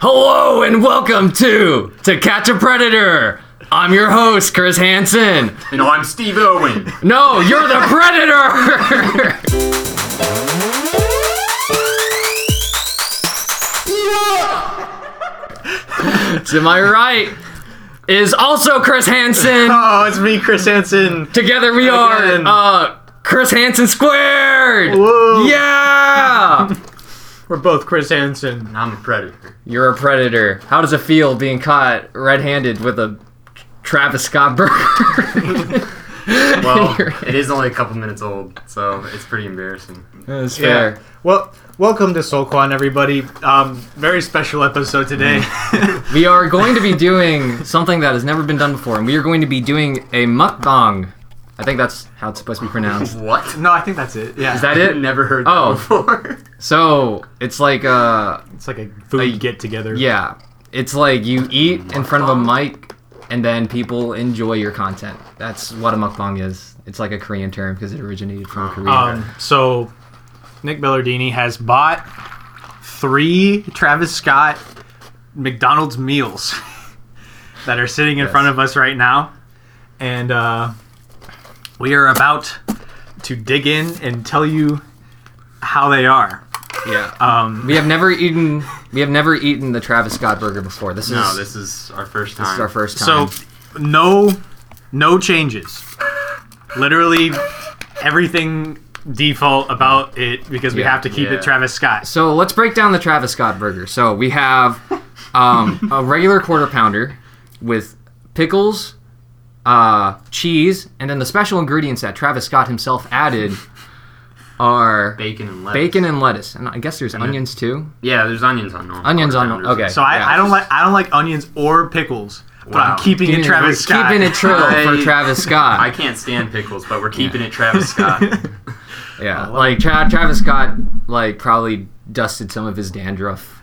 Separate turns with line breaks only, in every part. Hello and welcome to To Catch a Predator. I'm your host, Chris Hansen.
You know, I'm Steve Irwin.
No, you're the Predator! to my right is also Chris Hansen.
Oh, it's me, Chris Hansen.
Together we are
Again.
uh, Chris Hansen Squared!
Whoa.
Yeah!
We're both Chris Hansen.
I'm a predator.
You're a predator. How does it feel being caught red-handed with a Travis Scott burger?
Well, it is only a couple minutes old, so it's pretty embarrassing.
That's
Yeah.
fair.
Well, welcome to SoulCon, everybody. Um, very special episode today.
We are going to be doing something that has never been done before, and we are going to be doing a mukbang. I think that's how it's supposed to be pronounced.
What?
no, I think that's it. Yeah.
Is that
I
it?
never heard
Oh.
that before.
So it's like, uh,
It's like a food
I-
get together.
yeah, it's like you eat in front of a mic, and then people enjoy your content. That's what a mukbang is. It's like a Korean term because it originated from Korea.
Um, so, Nick Bellardini has bought three Travis Scott McDonald's meals that are sitting in
Yes.
front of us right now. And uh, we are about to dig in and tell you how they are.
yeah.
Um,
we have never eaten. We have never eaten the Travis Scott burger before. This is
No,
this
this is our first time.
is our first time.
So no no changes. Literally everything default about it because we
Yeah.
have to keep
Yeah.
it Travis Scott.
So let's break down the Travis Scott burger. So we have um, a regular quarter pounder with pickles, uh, cheese, and then the special ingredients that Travis Scott himself added are
Bacon and lettuce.
bacon and lettuce, and I guess there's onions too.
Yeah, there's onions on normal.
Onions on-
quarter pounders.
okay.
So I,
Yeah.
I don't like I don't like onions or pickles, but
Wow.
I'm keeping it Travis
we're
Scott.
Keeping it true for
I-
Travis Scott.
I can't stand pickles, but we're keeping it Travis Scott.
yeah,
Oh,
like Tra- Travis Scott, like probably dusted some of his dandruff.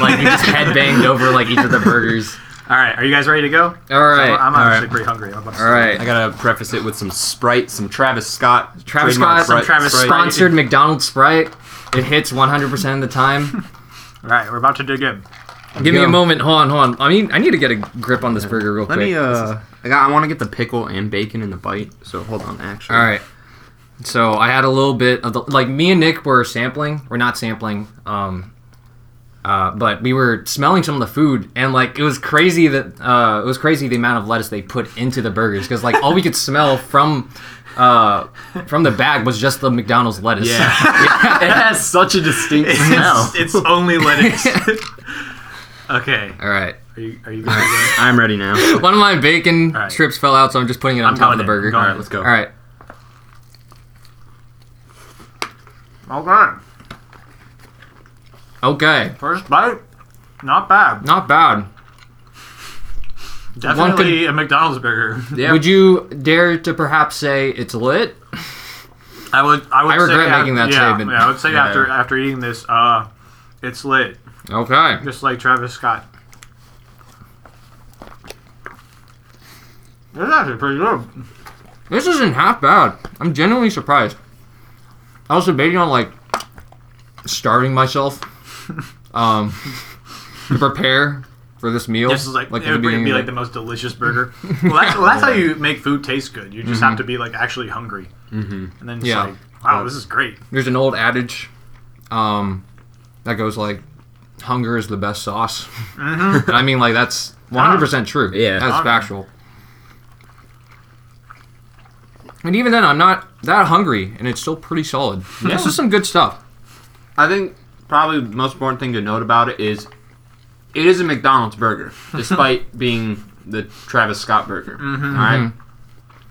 Like he just headbanged over like each of the burgers.
All right, are you guys ready to go?
All right,
I'm
all
actually
right,
pretty hungry. I'm about to
all right.
I gotta preface it with some Sprite, some Travis Scott.
Travis
trademark
Scott, some
Travis Scott.
sponsored McDonald's Sprite. It hits 100% of the time.
All right, we're about to dig in.
Give me
go.
a moment. Hold on, hold on. I mean, I need to get a grip on this burger real
Let
quick.
me. Uh, I got. I want to get the pickle and bacon in the bite. So hold on. Actually,
All right. So I had a little bit of the like me and Nick were sampling. We're not sampling. Um, uh, but we were smelling some of the food, and like it was crazy that uh, it was crazy the amount of lettuce they put into the burgers because like all we could smell from uh, from the bag was just the McDonald's lettuce.
Yeah. it has such a distinct smell.
It's, it's only lettuce. okay,
All right.
are you are you good? to
I'm ready now.
One of my bacon
All right.
strips fell out, so I'm just putting it on
I'm
top of
going
the
in.
burger.
I'm
All
going in.
right,
Let's go.
All right.
go? okay,
Okay.
first bite, not bad.
Not bad. one
Definitely a McDonald's burger.
Yeah.
Would you dare to perhaps say it's lit?
I would. I would.
I regret
say
making that
yeah,
statement.
Yeah, I would say
Yeah.
after after eating this, uh, it's lit,
Okay.
just like Travis Scott. This is actually pretty good.
This isn't half bad. I'm genuinely surprised. I was debating on like starving myself um to prepare for this meal.
This is like,
at
it would
the
be,
beginning
be
of
like
the-
the most delicious burger. Well, that's, well, that's how you make food taste good. You just have to be like actually hungry, mm-hmm. and then
Mm-hmm.
it's
Yeah.
like, wow, this is great.
There's an old adage um that goes like hunger is the best sauce.
Mm-hmm.
And I mean like that's 100% true.
Yeah.
That's
Ah.
factual. And even then I'm not that hungry and it's still pretty solid. This is some good stuff.
I think probably the most important thing to note about it is it is a McDonald's burger, despite being the Travis Scott burger. All right?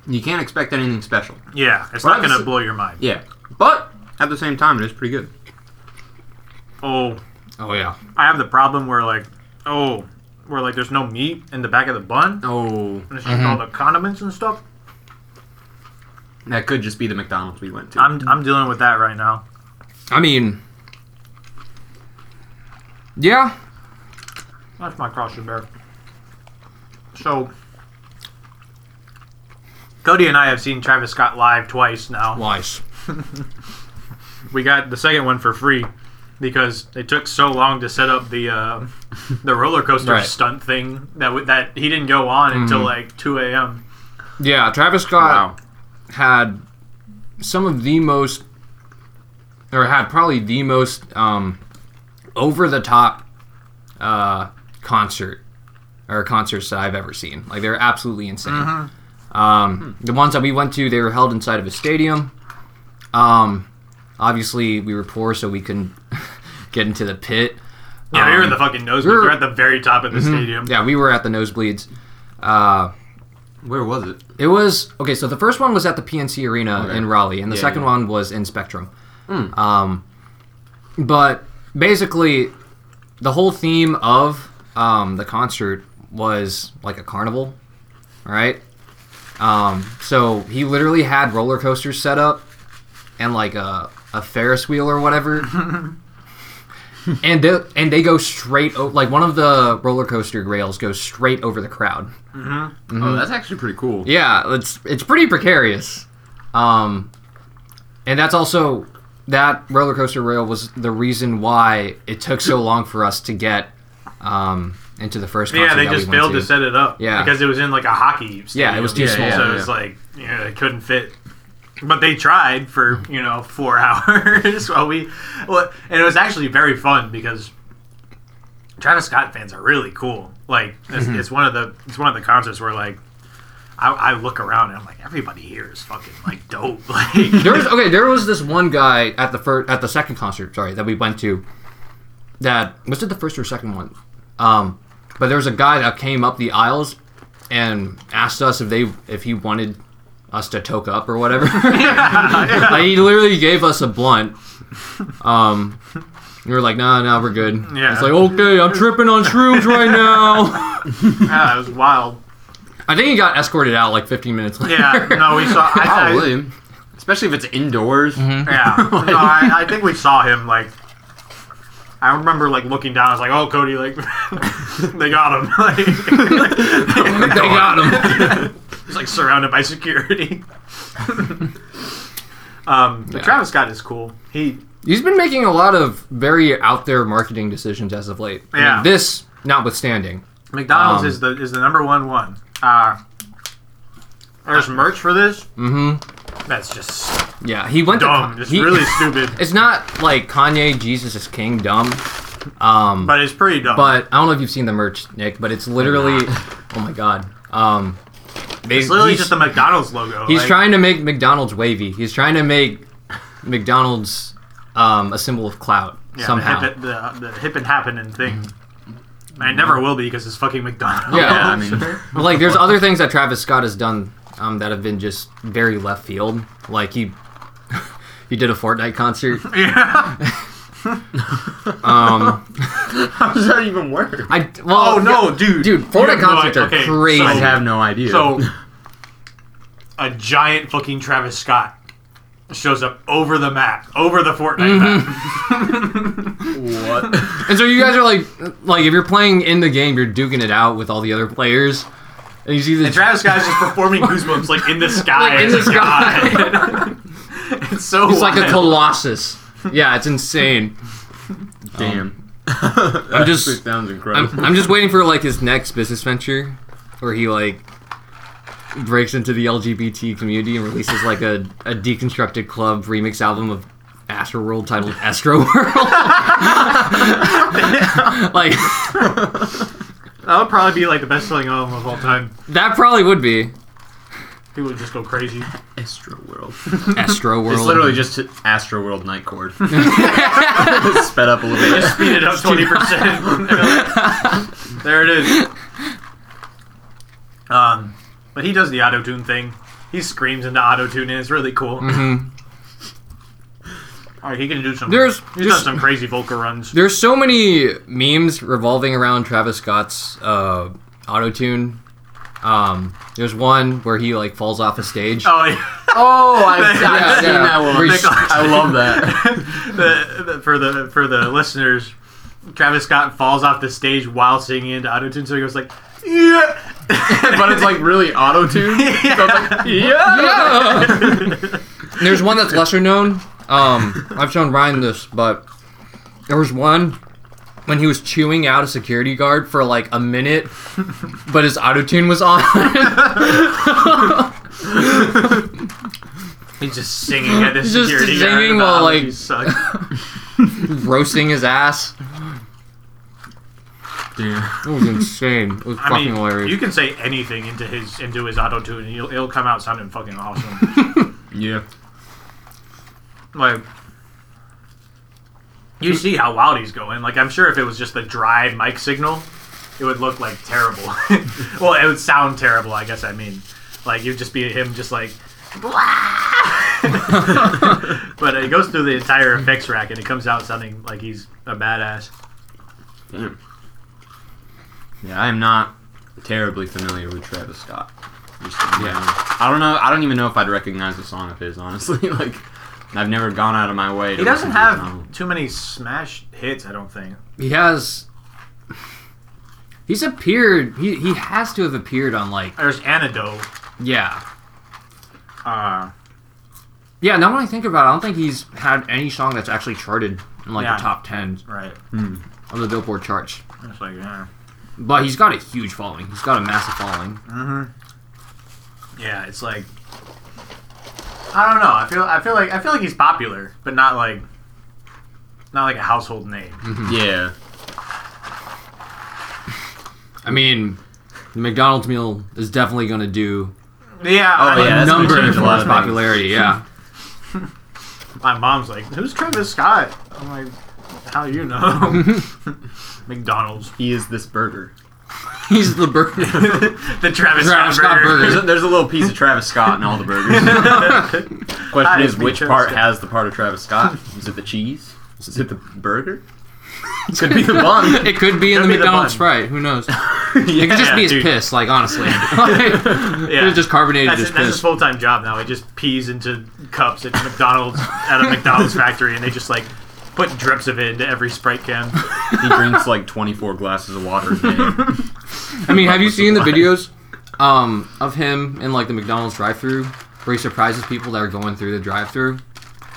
You can't expect anything special.
Yeah, it's
Well,
not gonna
that's-
blow your mind.
Yeah, but at the same time, it is pretty good.
Oh,
Oh yeah.
I have the problem where like, oh, where like there's no meat in the back of the bun.
Oh,
And it's just
Mm-hmm.
all the condiments and stuff.
that could just be the McDonald's we went to.
I'm I'm dealing with that right now.
I mean Yeah.
That's my cross to bear. So, Cody and I have seen Travis Scott live twice now.
Nice.
We got the second one for free because it took so long to set up the uh, the roller coaster
Right. Mm-hmm.
stunt thing that w- that he didn't go on until like 2 a.m.
Yeah, Travis
Wow.
Scott had some of the most, or had probably the most um, over the top uh, concert or concerts that I've ever seen. Like they're absolutely insane. Um, the ones that we went to, they were held inside of a stadium. Um, obviously, we were poor, so we couldn't get into the pit.
Yeah, we were in
Um,
the fucking nosebleeds. We were at the very top of the stadium.
Mm-hmm. Yeah, we were at the nosebleeds. Uh,
Where was it?
It was okay. So the first one was at the PNC Arena
Okay.
in Raleigh, and the
Yeah,
second
yeah. Hmm.
one was in Spectrum. Um, but basically, the whole theme of um, the concert was like a carnival, right? Um, so he literally had roller coasters set up and like a, a Ferris wheel or whatever. and they, and they go straight o- like one of the roller coaster rails goes straight over the crowd.
Oh, that's actually pretty cool.
Yeah, it's it's pretty precarious. Um, and that's also that roller coaster rail was the reason why it took so long for us to get um, into the first.
Yeah,
concert
they
that we
just
went
failed to set it up.
Yeah.
because it was in like a hockey. Stadium.
Yeah, it was too
Yeah,
small.
yeah.
so it was like yeah, they couldn't fit. But they tried for you know four hours while we, well, and it was actually very fun because Travis Scott fans are really cool. Like it's,
Mm-hmm.
it's one of the it's one of the concerts where like I, I look around and I'm like everybody here is fucking like dope. Like
There was okay. There was this one guy at the first at the second concert. Sorry, that we went to. That was it the first or second one? Um, but there was a guy that came up the aisles and asked us if they if he wanted us to toke up or whatever. like he literally gave us a blunt. Um, we were like, nah, nah, we're good.
Yeah.
It's like, okay, I'm tripping on shrooms right now.
yeah, it was wild.
I think he got escorted out like 15 minutes later.
Yeah, no, we saw. I, I,
Probably. Especially if it's indoors.
Yeah. No, I, I think we saw him like. I remember like looking down. I was like, "Oh, Cody, like they got him." Like,
they got him.
he's like surrounded by security. um, but
Yeah.
Travis Scott is cool. He
He's been making a lot of very out there marketing decisions as of late. I mean,
Yeah.
this notwithstanding.
McDonald's
Um,
is the is the number one one. Uh, there's merch for this.
Mm-hmm.
That's just
Yeah, he went
dumb.
to
Just
he-
really stupid.
It's not like Kanye Jesus is King dumb. Um,
But it's pretty dumb.
but I don't know if you've seen the merch, Nick, but it's literally oh my god. Um they-
it's literally
he's,
just the McDonald's logo.
he's
like,
trying to make McDonald's wavy. He's trying to make McDonald's um, a symbol of clout
yeah,
somehow. Mm-hmm.
The hip, the, the hip and happening thing. And it never will be because it's fucking McDonald's.
Yeah.
Yeah, I mean,
But, like there's other things that Travis Scott has done um, that have been just very left field. Like he he did a Fortnite concert.
Yeah.
Um,
how does that even work?
I well
Oh no, dude.
dude,
You
Fortnite
have no
concerts
idea. Okay,
are crazy.
I have no idea.
So a giant fucking Travis Scott shows up over the map, over the Fortnite
Mm-hmm.
map.
what?
And so you guys are like, like if you're playing in the game, you're duking it out with all the other players, and you see this.
Travis Scott's just performing goosebumps like in the sky.
Like, in
as
the
a
sky.
guy. it's so
it's like a
wild.
colossus. Yeah, it's insane.
Damn.
I'm just,
sounds incredible.
I'm, I'm just waiting for like his next business venture, where he like breaks into the LGBT community and releases like a, a deconstructed club remix album of Astroworld titled Astroworld. like
that would probably be like the best selling album of all time.
that probably would be
People would just go crazy.
Astro World.
Astroworld.
It's literally just Astro World Night Court. Sped up a little bit.
Speed it up twenty percent. there it is. Um, but he does the auto tune thing. He screams into auto tune, and it's really cool. All right, he can do some.
Mm-hmm. There's-
he's done
there's-
some crazy vocal runs.
There's so many memes revolving around Travis Scott's uh, auto tune. Um, there's one where he like falls off a stage.
Oh, yeah.
Oh, I've, I've
Yeah,
seen
yeah.
that one.
Where he's-
I love that.
the, the, for the for the listeners, Travis Scott falls off the stage while singing into auto tune, so he goes like, "Yeah."
but it's like really auto tuned. So it's like, yeah.
there's one that's lesser known. Um, I've shown Ryan this, but there was one when he was chewing out a security guard for like a minute, but his auto tune was on.
He's just singing at this
Just
security
singing
guard about
while,
how
like-
much he sucked.
roasting his ass.
Damn.
It was insane. It was
I
fucking
mean,
hilarious.
you can say anything into his into his auto tune, and he'll, he'll come out sounding fucking awesome.
Yeah.
like, you see how loud he's going. Like, I'm sure if it was just the dry mic signal, it would look like terrible. well, it would sound terrible. I guess I mean, like you'd just be him just like. but it goes through the entire effects rack and it comes out sounding like he's a badass.
Damn. Yeah, I am not terribly familiar with Travis Scott. Just to be
Yeah.
honest. I don't know. I don't even know if I'd recognize a song of his, honestly. like, I've never gone out of my way. To
He doesn't
listen to his
have
album.
too many smash hits, I don't think.
he has. He's appeared. He he has to have appeared on like
There's Antidote.
yeah
Uh,
yeah. Now when I think about it, I don't think he's had any song that's actually charted in like
Yeah.
the top ten
right.
of the Billboard charts.
It's like, yeah.
But he's got a huge following. He's got a massive following.
Yeah, it's like I don't know. I feel I feel like I feel like he's popular, but not like not like a household name.
Mm-hmm. Yeah.
I mean, the McDonald's meal is definitely going to do
Yeah,
Oh,
I mean,
yeah,
a
that's
number
gonna
as
change a
far
lot
as
of things.
popularity. Yeah,
my mom's like, "Who's Travis Scott?" I'm like, "How you know?" McDonald's,
He is this burger.
he's the burger.
the
Travis
Travis, Scott
Scott
burger.
There's a, there's a little piece of Travis Scott in all the burgers.
That
Question
is
is, which
Travis
part
Scott.
has the part of Travis Scott? Is it the cheese? Is it the burger? It could be the bun.
it could be in
Could
the
be the
McDonald's
bun.
fry. Who knows? It
yeah.
could just be his
dude.
piss. Like honestly, Like,
Yeah.
it just carbonated
That's,
his
his, that's his
piss.
full time job now. He just pees into cups at McDonald's at a McDonald's factory, and they just like put drips of it into every Sprite can.
He drinks like 24 glasses of water a day.
I mean, have you seen the
supply.
videos um, of him in like the McDonald's drive-through where he surprises people that are going through the drive-through?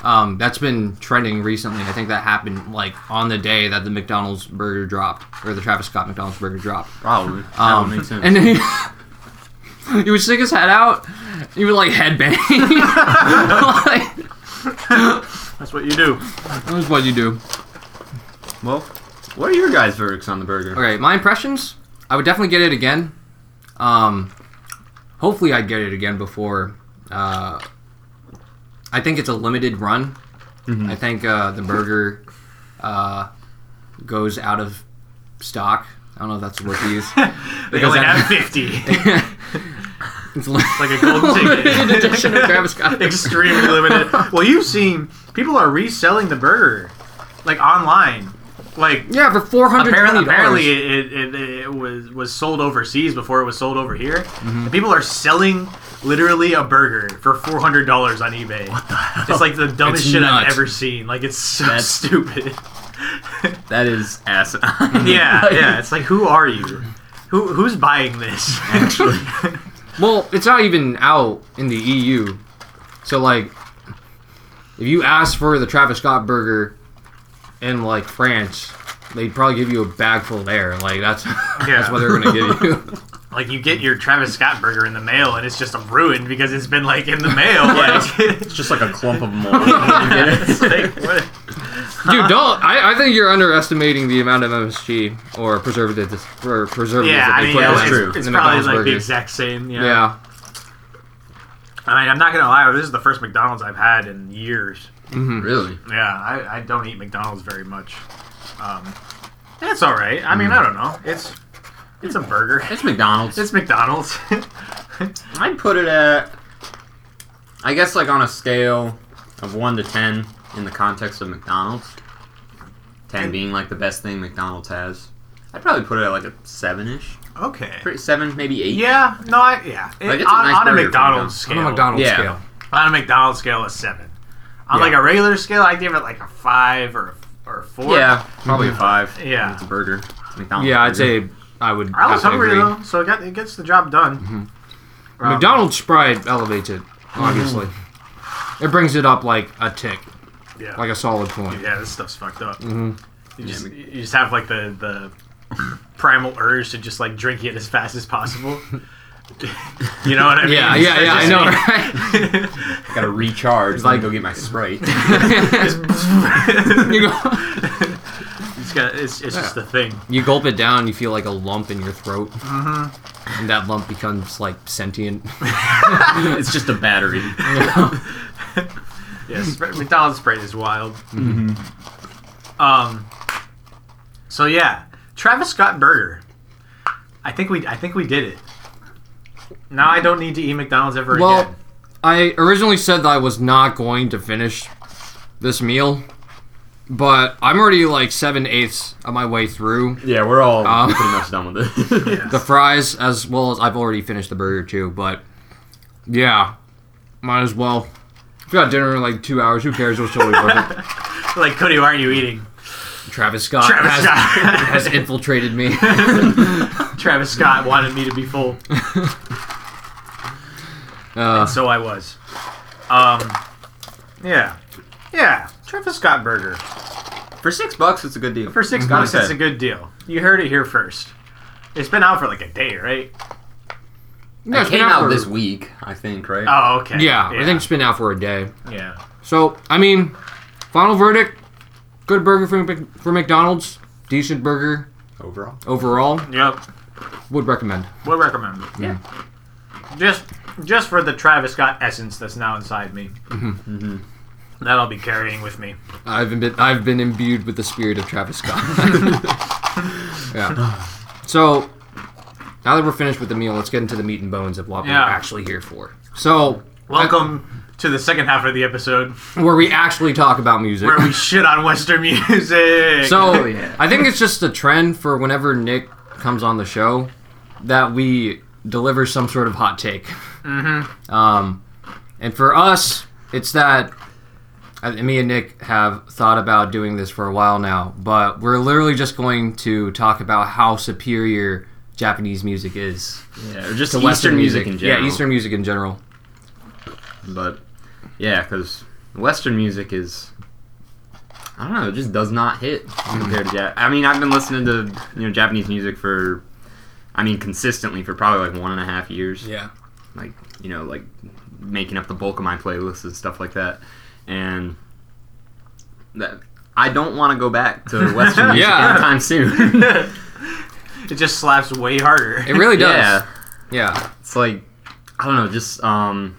Um, that's been trending recently. I think that happened like on the day that the McDonald's burger dropped or the Travis Scott McDonald's burger dropped.
Probably. That
Um,
would make sense.
And then he, he would stick his head out. He would like headbang. like,
That's what you do.
that's what you do.
well, what are your guys' verdicts on the burger?
Okay, my impressions. I would definitely get it again. Um, hopefully, I'd get it again before. Uh, I think it's a limited run.
Mm-hmm.
I think uh, the burger uh, goes out of stock. I don't know if that's the word to use.
They
Because
only
that-
have fifty.
It's li-
like a golden
limited edition of
ticket.
Travis Scott.
Extremely limited. Well, you've seen people are reselling the burger, like online. Like
Yeah, for four hundred
apparently,
twenty dollars.
apparently it, it, it was was sold overseas before it was sold over here. And people are selling literally a burger for four hundred dollars on eBay. What the hell? It's like the dumbest
It's
shit I've
nuts.
ever seen. Like it's so
That's-
stupid.
That is asinine.
yeah,
Like,
yeah. It's like who are you? Who who's buying this?
Actually,
Well, it's not even out in the EU. So like if you ask for the Travis Scott burger in like France, they'd probably give you a bag full there. Like that's
Yeah.
that's what they're gonna give you.
like you get your Travis Scott burger in the mail and it's just a ruin because it's been like in the mail. Like,
it's just like a clump of mold. You get it?
it's like, what?
Dude, don't I, I think you're underestimating the amount of MSG or preservatives or preservatives
Yeah,
that
I
they
mean,
put
it's,
in,
true.
in
it's
the
probably
McDonald's
like the
burgers.
exact same. Yeah.
yeah.
I mean, I'm not gonna lie. This is the first McDonald's I've had in years.
Really?
Yeah, I, I don't eat McDonald's very much. Um, that's all right. I mean, I don't know. It's it's a burger.
It's McDonald's.
It's McDonald's.
I'd put it at, I guess, like on a scale of 1 to 10 in the context of McDonald's. 10 being like the best thing McDonald's has. I'd probably put it at like a 7 ish.
okay.
Pretty 7, maybe 8.
Yeah. No. I, yeah. It-
Like, it's a
on,
nice
on a
burger for
McDonald's
On
scale.
a McDonald's
Yeah.
scale.
On a McDonald's scale, a seven. On
Yeah.
like a regular scale, I give it like a five or or a four.
Yeah, probably a 5.
Yeah.
It's a burger. It's a McDonald's.
Yeah, I'd
burger.
say I would
I
have
was
to
hungry
agree. Mm-hmm.
though, so it, got, it gets the job done. Um,
McDonald's Sprite elevates it,
Mm-hmm.
obviously. It brings it up like a tick,
yeah.
like a Mm-hmm. solid point.
yeah, this stuff's fucked up. You just, you just have like the the primal urge to just like drink it as fast as possible. you know what I mean?
Yeah, yeah, yeah. I know,
I gotta recharge. It's
like-
like go get my sprite.
right?
know.
you, go-
it's, got, it's, it's just the thing.
you gulp it down, you feel like a lump in your throat, and that lump becomes like sentient.
it's just a battery.
Yes, Spr- McDonald's Sprite is wild.
Mm-hmm.
Um. So yeah, Travis Scott burger. I think we I think we did it. Now I don't need to eat McDonald's ever
Well,
again.
I originally said that I was not going to finish this meal, but I'm already like seven eighths of my way through.
Yeah, we're all
Um.
pretty much done with it.
The fries, as well as I've already finished the burger too, but yeah, might as well. We got dinner in like two hours. Who cares? It was totally worth it.
Like Cody, why aren't you eating?
Travis Scott
Travis
has,
Scott.
has infiltrated me.
Travis Scott wanted me to be full,
Uh,
so I was. Um. Yeah. Yeah. Travis Scott burger
For six bucks, it's a good deal.
for six
Gotta
bucks. It's
say.
a good deal. You heard it here first. It's been out for like a day, right?
yeah, it's been
It came
out
out
for-
this week, I think, right?
Oh, okay.
Yeah, I think it's been out for a day.
Yeah.
So, I mean, final verdict: good burger for, Mc- for McDonald's, decent burger
Overall.
overall.
Yep.
Would recommend.
Would recommend. Yeah. Just just for the Travis Scott essence that's now inside me.
Mm-hmm.
That I'll be carrying with me.
I've been I've been imbued with the spirit of Travis Scott. yeah. So now that we're finished with the meal, let's get into the meat and bones of what
Yeah.
we're actually here for. So
Welcome to the second half of the episode
where we actually talk about music.
where we shit on Western music.
so
Oh, yeah.
I think it's just a trend for whenever Nick comes on the show that we deliver some sort of hot take. Mm-hmm. Um, and for us, it's that uh, me and Nick have thought about doing this for a while now, but we're literally just going to talk about how superior Japanese music is
Yeah, or just
to
Eastern
Western
music in general.
Yeah, Eastern music in general.
But yeah, because Western music is, I don't know, it just does not hit compared to Jap- I mean, I've been listening to you know Japanese music for, I mean, consistently for probably like one and a half years.
Yeah.
Like you know, like making up the bulk of my playlists and stuff like that, and that I don't want to go back to Western music
Yeah.
anytime soon.
it just slaps way harder.
It really does.
Yeah.
yeah.
it's like I don't know, just um,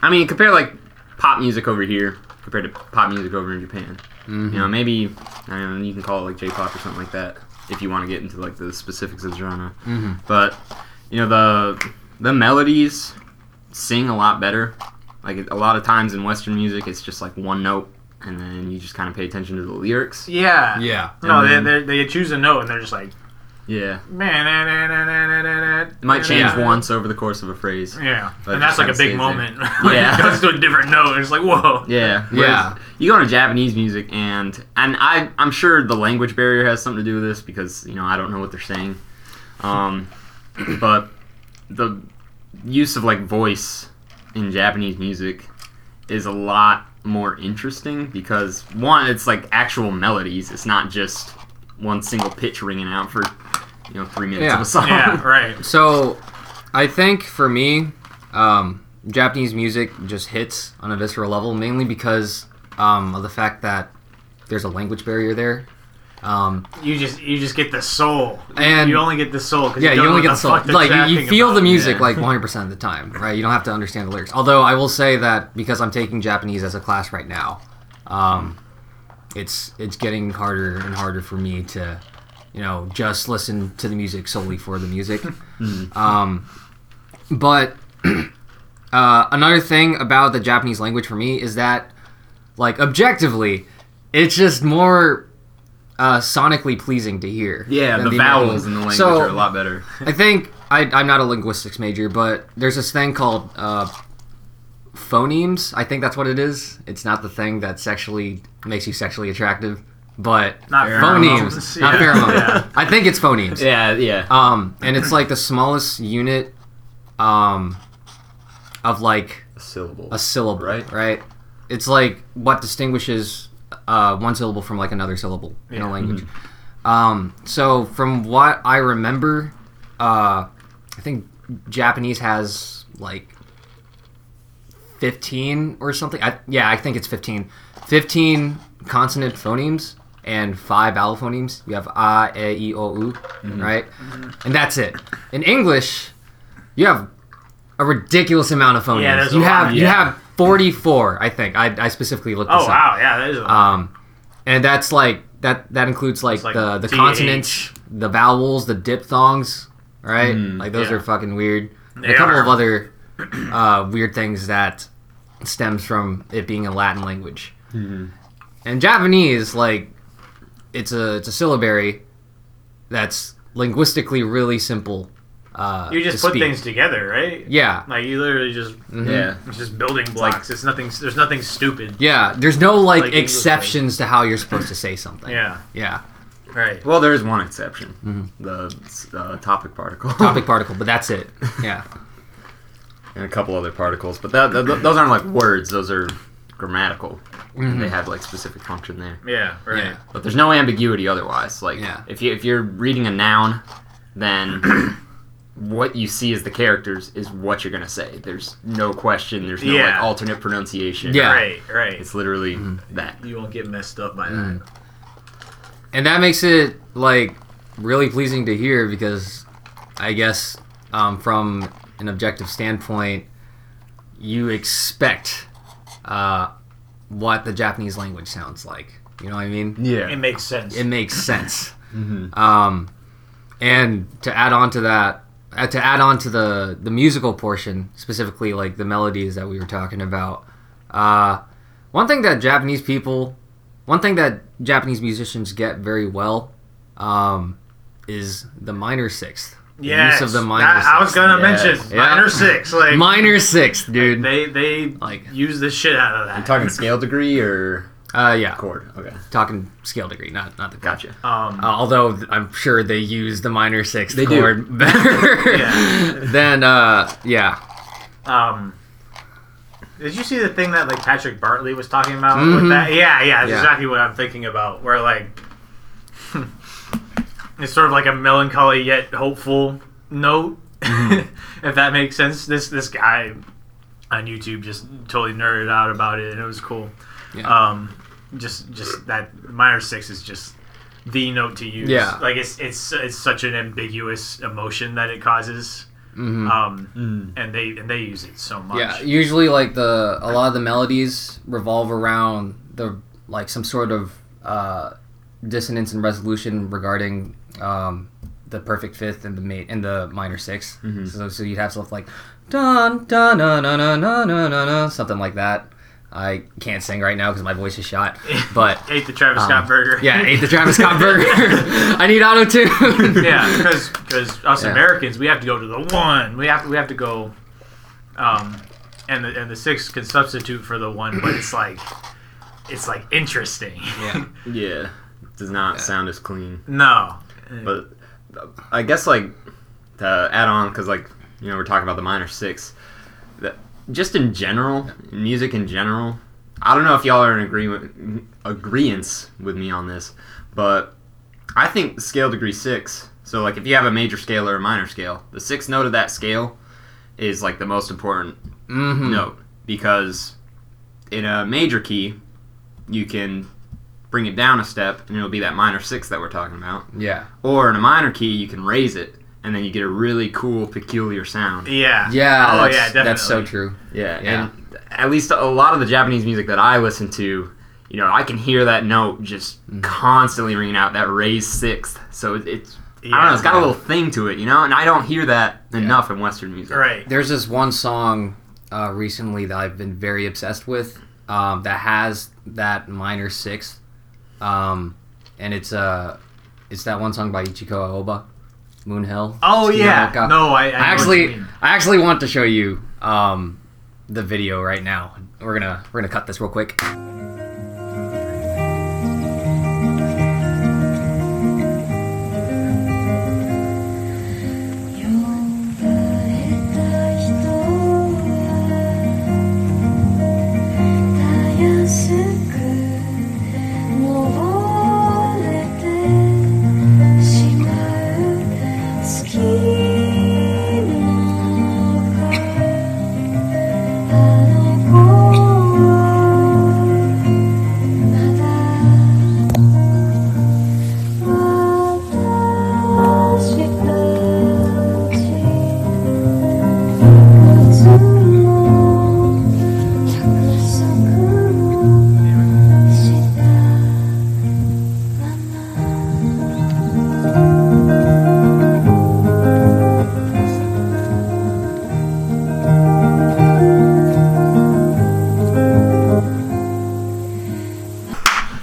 I mean, compare like pop music over here compared to pop music over in Japan. You know, maybe I don't know, you can call it like J-pop or something like that if you want to get into like the specifics of the genre. But you know, the the melodies sing a lot better. Like a lot of times in Western music, it's just like one note, and then you just kind of pay attention to the lyrics.
yeah.
Yeah.
No,
And
they, they, they choose a note and they're just like,
Yeah,
man, na, na, na, na, na, na,
it might change
Yeah.
once over the course of a phrase.
Yeah.
But
and that's like a big
it
moment.
kinda
when
Yeah.
it goes to a different note. It's like, whoa.
Yeah,
Yeah.
yeah. You go into Japanese music, and and I I'm sure the language barrier has something to do with this because you know I don't know what they're saying, um, but the use of like voice in Japanese music is a lot more interesting because one, it's like actual melodies. It's not just one single pitch ringing out for you know three minutes of
Yeah.
a song.
Yeah, right.
So, I think for me, um, Japanese music just hits on a visceral level, mainly because um, of the fact that there's a language barrier there. Um,
You just you just get the soul,
And-
you only get the soul. 'cause
yeah, you
don't
only get
know the
the soul.
fuck they're
Like you, you
rapping
feel the
about.
music
Yeah.
like 100% of the time, right? You don't have to understand the lyrics. Although I will say that because I'm taking Japanese as a class right now, um, it's it's getting harder and harder for me to, you know, just listen to the music solely for the music.
Mm-hmm.
um, but uh, another thing about the Japanese language for me is that, like, objectively, it's just more. Uh, sonically pleasing to hear.
Yeah,
than
the
American
vowels in the language
So-
are a lot better.
I think I, I'm not a linguistics major, but there's this thing called uh, phonemes. I think that's what it is. It's not the thing that sexually makes you sexually attractive, but
Not
phonemes,
pheromones.
not
Yeah.
pheromones.
Yeah.
I think it's phonemes.
Yeah, yeah.
Um, and it's like the smallest unit, um, of like
syllable.
a syllable,
Right.
Right. It's like what distinguishes uh, one syllable from like another syllable in a language. Um, so from what I remember, uh, I think Japanese has like 15 or something. I, yeah, I think it's 15. 15 consonant phonemes and five vowel phonemes. You have a, e, i, o, u,
Mm-hmm.
right? And that's it. In English, you have a ridiculous amount of phonemes.
Yeah, there's a
you
lot.
have you
Yeah.
have 44, I think. I, I specifically looked this
Oh
up.
wow, yeah, that is. A,
Um, and that's like that that includes like,
like
the the
TH.
consonants, the vowels, the diphthongs, right? like those
Mm, yeah.
are fucking weird. And
They
a couple
are.
of other uh, weird things that stems from it being a Latin language. And Japanese, like it's a it's a syllabary that's linguistically really simple. Uh,
you
to
just put
speak.
things together, right?
Yeah, Mm-hmm.
Like you literally just
Yeah.
it's just building blocks. it's nothing. There's nothing stupid.
yeah. There's no like,
Like English, like-
exceptions to how you're supposed to say something.
Yeah.
yeah.
Right.
Well, there is one exception. The uh, topic particle.
Topic particle, but that's it. Yeah.
and a couple other particles, but that, that, those aren't like words; those are grammatical. They have like specific function there.
Yeah. Right.
Yeah.
But there's no ambiguity otherwise. Like,
Yeah.
if you if you're reading a noun, then what you see as the characters is what you're gonna say. There's no question. There's no like
Yeah.
alternate pronunciation.
Yeah. Mm.
Right. Right.
it's literally that.
You won't get messed up by that.
and that makes it like really pleasing to hear because I guess um, from an objective standpoint, you expect uh, what the Japanese language sounds like. You know what I mean?
It
Yeah.
makes sense.
It makes sense.
Mm-hmm.
Um, and to add on to that, uh, to add on to the the musical portion specifically, like the melodies that we were talking about. Uh, one thing that Japanese people, one thing that Japanese musicians get very well, um, is the minor sixth. The
yes.
Use of the minor
that- I was
sixth.
gonna
Yes.
mention
Yeah.
minor six. Like
minor sixth, dude.
they they
Like-
use the shit out of
I'm
that.
talking scale degree or
Uh, yeah.
chord. Okay,
Talking scale degree, not not the chord.
gotcha.
um.
Uh, although th- I'm sure they use the minor sixth
They do.
chord better
Yeah.
than uh, yeah.
Um, did you see the thing that like Patrick Bartley was talking about with that? Yeah, yeah, that's
Mm-hmm. Yeah.
exactly what I'm thinking about. Where like it's sort of like a melancholy yet hopeful note,
Mm-hmm.
if that makes sense. This this guy on YouTube just totally nerded out about it, and it was cool.
Yeah.
Um, just just that minor six is just the note to use.
Yeah.
like it's it's it's such an ambiguous emotion that it causes. Um, and they and they use it so much.
Mm. Yeah, usually like the a lot of the melodies revolve around the like some sort of uh, dissonance and resolution regarding um, the perfect fifth and the ma- and the minor 6th So so you'd have stuff like dun dun na na na na na na na something like that. I can't sing right now because my voice is shot, but. um,
Ate the Travis Scott burger.
Yeah, ate the Travis Scott burger. I need auto tune.
yeah, because us
Yeah.
Americans, we have to go to the one. We have we have to go, um, and the and the six can substitute for the one, but it's like, it's like interesting.
Yeah.
Yeah, does not sound as clean.
no.
But uh, I guess like to add on because like you know we're talking about the minor six. That, just in general, music in general. I don't know if y'all are in agreement agreeance with me on this, but I think scale degree six. So like if you have a major scale or a minor scale, the sixth note of that scale is like the most important
Mm-hmm.
note because in a major key you can bring it down a step and it'll be that minor six that we're talking about
Yeah.
or in a minor key you can raise it and then you get a really cool peculiar sound
Yeah.
Yeah.
Oh
that's-
yeah. Definitely.
That's so true.
yeah,
Yeah.
and at least a lot of the japanese music that i listen to you know i can hear that note just constantly ringing out that raised sixth so it, it's i don't know it's got a
Yeah.
little thing to it you know and i don't hear that enough in western music
Right.
There's this one song uh, recently that I've been very obsessed with um, that has that minor sixth, um, and it's uh, it's that one song by Ichiko Aoba, Moon Hill.
Oh
Tsukino
yeah.
Oka.
No, I, I, know
I
what you
actually,
mean.
I actually want to show you um, the video right now. We're gonna we're gonna cut this real quick.
「呼ばれた人はたやすく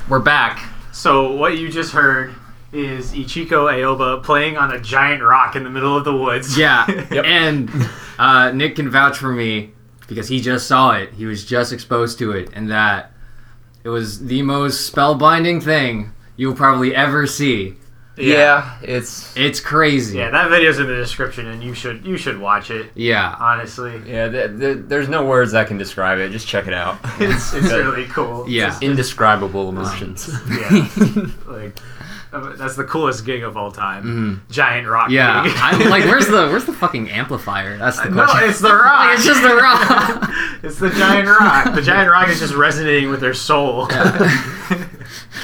We're back.
So what you just heard is Ichiko Aoba playing on a giant rock in the middle of the woods.
Yeah, and uh, Nick can vouch for me because he just saw it. He was just exposed to it, and that it was the most spellbinding thing you'll probably ever see.
Yeah.
yeah, it's
It's crazy.
yeah, that video's in the description, and you should you should watch it.
Yeah.
Honestly,
yeah. Th- th- there's no words that can describe it. Just check it out.
it's it's really cool.
Yeah.
Just-
Indescribable emotions.
yeah. like uh, that's the coolest gig of all time. Giant rock.
Mm-hmm. Yeah,
gig.
I'm like, where's the where's the fucking amplifier? That's the
no?
question.
It's the rock.
Like, it's just a rock.
It's the giant rock. The giant rock is just resonating with their soul.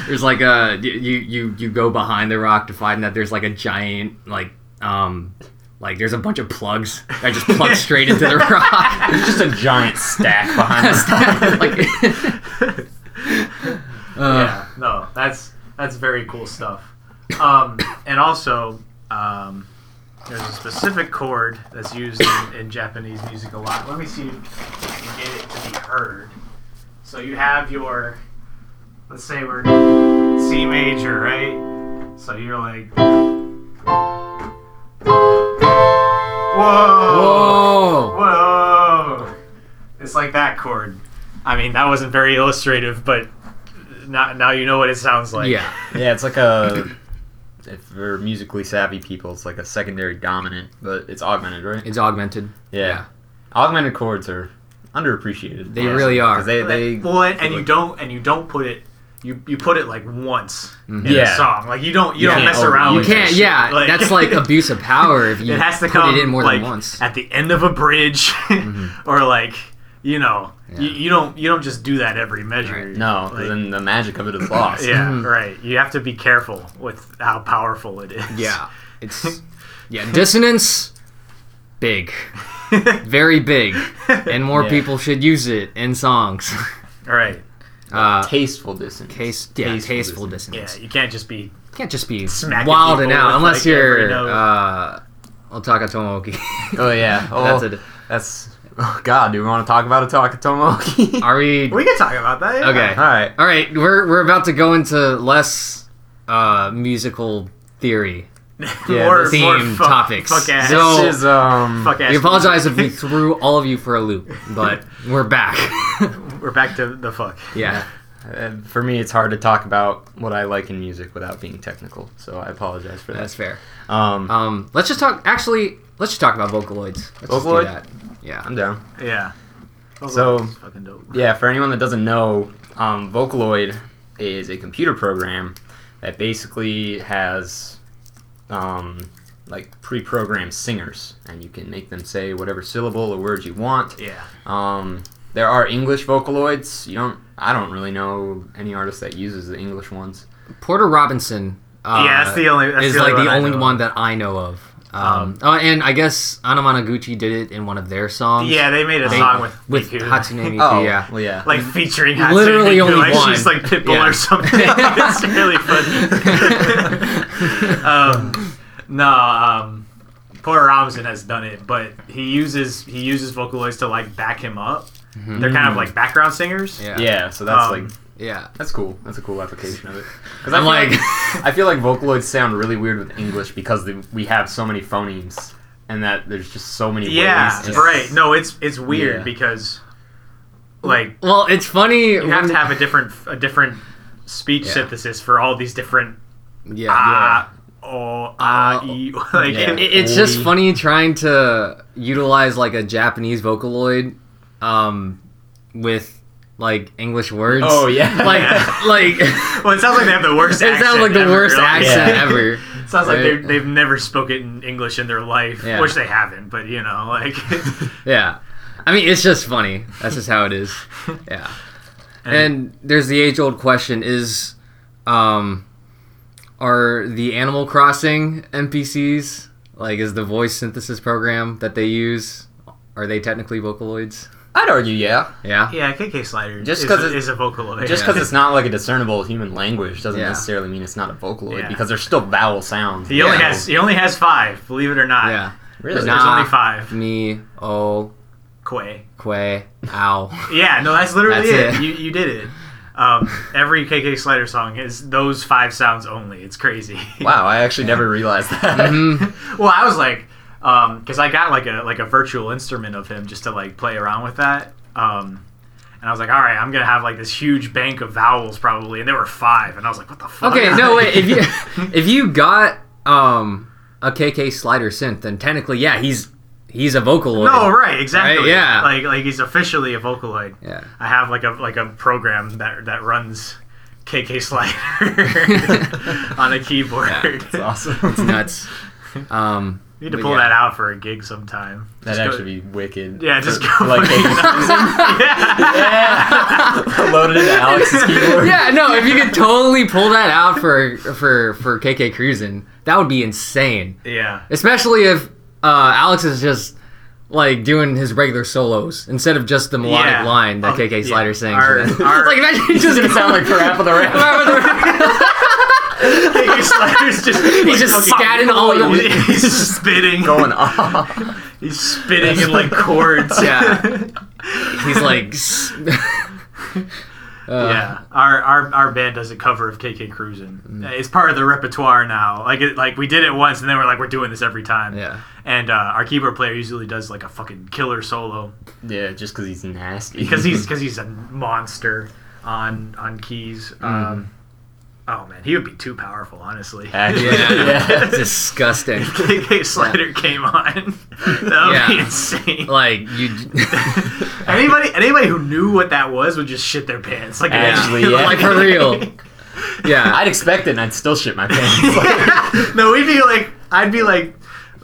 there's like a you you you go behind the rock to find that there's like a giant like um like there's a bunch of plugs that just plug straight into the rock.
It's just a giant stack behind us.
like, uh,
yeah, no, that's that's very cool stuff. Um, and also, um, there's a specific chord that's used in, in Japanese music a lot. Let me see if I can get it to be heard. So you have your, let's say we're C major, right? So you're like,
Whoa!
whoa, Oh. Whoa! It's like that chord. I mean, that wasn't very illustrative, but now, now you know what it sounds like.
Yeah,
Yeah, it's like a. If for musically savvy people, it's like a secondary dominant, but it's augmented, right?
it's augmented.
yeah. Augmented chords are underappreciated.
They really are.
'Cause They, they,
well, and, and you don't and you don't put it. You, you put it like once in
Yeah.
a song. Like you don't you,
You
don't
can't
mess
over-
around.
you
with
Can't.
that
Yeah,
shit. Like-
that's like abuse of power. If you
it has to
put
come
it in more
like,
than once.
at the end of a bridge,
Mm-hmm.
or like you know you, you don't you don't just do that every measure.
Right. Mm-hmm.
no,
Like-
then the magic of it is lost.
Yeah, right. You have to be careful with how powerful it is.
Yeah, it's yeah dissonance, big, very big, and more
Yeah.
people should use it in songs.
All right.
Uh,
Tasteful dissonance.
case, yeah,
Tasteful
tasteful,
Yeah,
dissonance.
you can't just be
Can't just be
Smacking
wild and
people
out
with,
unless
like, every
you're
note.
uh, Otaka Tomoki.
Oh yeah. Oh,
That's
that's
it.
Oh God, do we want to talk about Ataka Tomoki?
Are we?
We can talk about that. yeah.
Okay.
All right.
All right, we're we're about to go into less uh, musical theory.
Yeah,
more,
theme
more fuck-
topics.
Fuck ass.
So-
This is um.
fuck ass.
We apologize if we threw all of you for a loop, but we're back.
We're back to the fuck.
yeah.
uh, For me, it's hard to talk about what I like in music without being technical, so I apologize for
That's fair.
that. Um,
Um, let's just talk. Actually, let's just talk about Vocaloids. Let's just do
Vocaloid?
that. Yeah.
I'm down.
Yeah.
So-
That's fucking dope.
Yeah, for anyone that doesn't know, um, Vocaloid is a computer program that basically has um, like pre-programmed singers, and you can make them say whatever syllable or word you want.
Yeah.
Um, there are English Vocaloids. You don't. I don't really know any artist that uses the English ones.
Porter Robinson. Uh,
yeah, that's the only. That's
is
the
like
only
the
one I
only
know
one that I know of. Um, oh, and I guess Anamanaguchi did it in one of their
of.
songs.
Yeah, they made a
They-
song with Oh.
with
Miku.
Hatsune Miku. Yeah.
well, yeah.
Like featuring Hatsune
Literally
Miku,
only
like
one.
She's like Pitbull
Yeah.
or something. it's really funny. um, no, um, Porter Robinson has done it, but he uses he uses Vocaloids to like back him up. They're kind of like background singers.
Mm-hmm. Yeah.
yeah, so that's
Um,
like
Yeah.
that's cool. That's a cool application of it. 'Cause I
I'm
feel
like,
I feel like Vocaloids sound really weird with English because the, we have so many phonemes and that there's just so many
Yeah,
ways. to-
right. No, it's it's weird
Yeah.
because like
well, it's funny.
you have to have a different a different speech
Yeah.
synthesis for all these different
Yeah.
ah oh ah e like
Yeah.
Uh, It- it's just
Oi.
funny trying to utilize like a Japanese Vocaloid um, with like English words.
Oh yeah.
Like, like it
well, it sounds like they have the worst. accent
sounds like the
ever,
worst
like,
accent
Yeah.
ever.
It sounds like
right?
they they've never spoken English in their life,
Yeah.
which they haven't. But you know, like
Yeah. I mean, it's just funny. That's just how it is. Yeah. And, there's the age old question is um are the Animal Crossing NPCs like is the voice synthesis program that they use are they technically vocaloids?
I'd argue, yeah.
Yeah.
Yeah, KK Slider
Just
is,
'cause
a-
it-
is a vocaloid.
Just because it's not like a discernible human language doesn't
Yeah.
necessarily mean it's not a vocaloid
Yeah.
because there's still vowel sounds.
He only
Yeah.
has he only has five. Believe it or not.
Yeah.
really.
There's
Nah.
only five.
Me, oh,
Quay.
quay, ow.
Yeah, no, that's literally
That's
it.
it.
You you did it. Um, every KK Slider song is those five sounds only. It's crazy.
Wow, I actually never realized that.
well, I was like, because I got like a like a virtual instrument of him just to like play around with that. Um, and I was like, all right, I'm gonna have like this huge bank of vowels probably, and there were five, and I was like, what the fuck?
Okay, no wait. If you if you got um a KK slider synth, then technically, yeah, he's he's a vocaloid.
No, right, exactly.
Right, yeah.
like like he's officially a Vocaloid.
Yeah.
I have like a like a program that that runs KK Slider on a keyboard.
That's awesome.
Nuts. Um.
Need to
But
pull
yeah.
that out for a gig sometime.
That'd actually be wicked.
Yeah, just
For-
go-
like loaded into Alex's keyboard.
Yeah, no. If you could totally pull that out for for for KK cruising, that would be insane.
Yeah.
Especially if uh, Alex is just like doing his regular solos instead of just the melodic
Yeah.
line that
Oh,
KK
yeah.
Slider sings.
Our-
It's
our-
like imagine he's just
It's gonna sound like crap of the rap.
KK Slider's just
He's just scatting all over.
He's just spitting.
Going off.
He's spitting in like chords.
Yeah. He's like. s- Uh,
yeah, our, our our band does a cover of KK Cruisin.
Mm.
It's part of the repertoire now. Like it, like we did it once, and then we're like, we're doing this every time.
Yeah.
And uh, our keyboard player usually does like a fucking killer solo
Yeah, just because he's nasty.
because he's because he's a monster on on keys.
Mm-hmm.
Um, oh man, he would be too powerful, honestly.
Actually,
Yeah.
yeah.
disgusting.
KK Slider came on. That would be
Yeah.
insane.
Like you,
Anybody anybody who knew what that was would just shit their pants. Like
Actually, yeah.
like for real. Yeah,
I'd expect it, and I'd still shit my pants.
No, we'd be like, I'd be like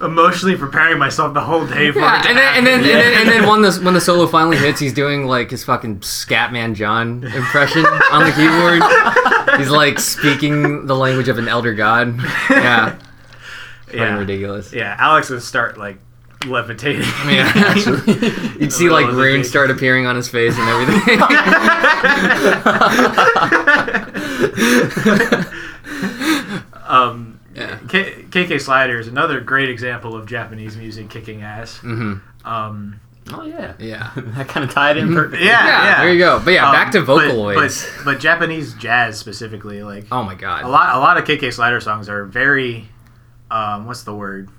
emotionally preparing myself the whole day for
yeah.
it. to
And then and then,
happen.
and then and then when the when the solo finally hits, he's doing like his fucking Scatman John impression on the keyboard. He's like speaking the language of an elder god. Yeah, fucking
yeah.
ridiculous.
yeah, Alex would start like levitating.
Yeah, actually. You'd see like
Well, the
runes
big-
start appearing on his face and everything.
um,
Yeah.
K- KK Slider is another great example of Japanese music kicking ass.
Mm-hmm.
Um,
oh yeah,
Yeah.
that kind of tied in
yeah,
perfect.
yeah,
Yeah, there you go. But yeah,
Um,
back to
but-
Vocaloids.
but, but Japanese jazz specifically, like
oh my god.
a lot, a lot of KK Slider songs are very, um, what's the word?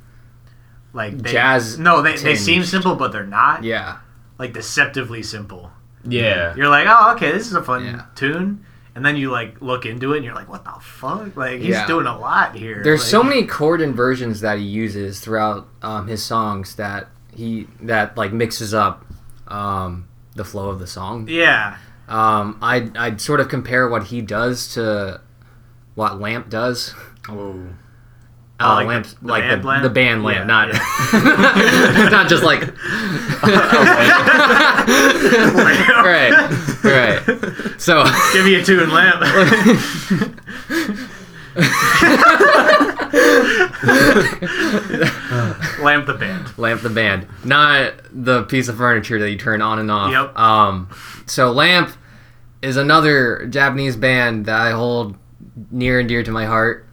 Like they,
Jazz
No, they, they
tinged.
seem simple, but they're not.
Yeah.
Like deceptively simple.
Yeah.
You're like, oh, okay, this is a fun
Yeah.
tune. And then you like look into it and you're like, what the fuck? Like he's
Yeah.
doing a lot here.
There's
Like,
so many chord inversions that he uses throughout um, his songs that he that like mixes up um, the flow of the song.
Yeah.
Um, I I'd sort of compare what he does to what Lamp does.
Oh.
Uh,
like
Lamp,
the- the
like
band
the,
Lamp?
the band Lamp,
Yeah,
not not just like
Oh,
right, right. So
Give me a tune, lamp. lamp the band.
Lamp the band, not the piece of furniture that you turn on and off.
Yep.
Um, so Lamp is another Japanese band that I hold near and dear to my heart.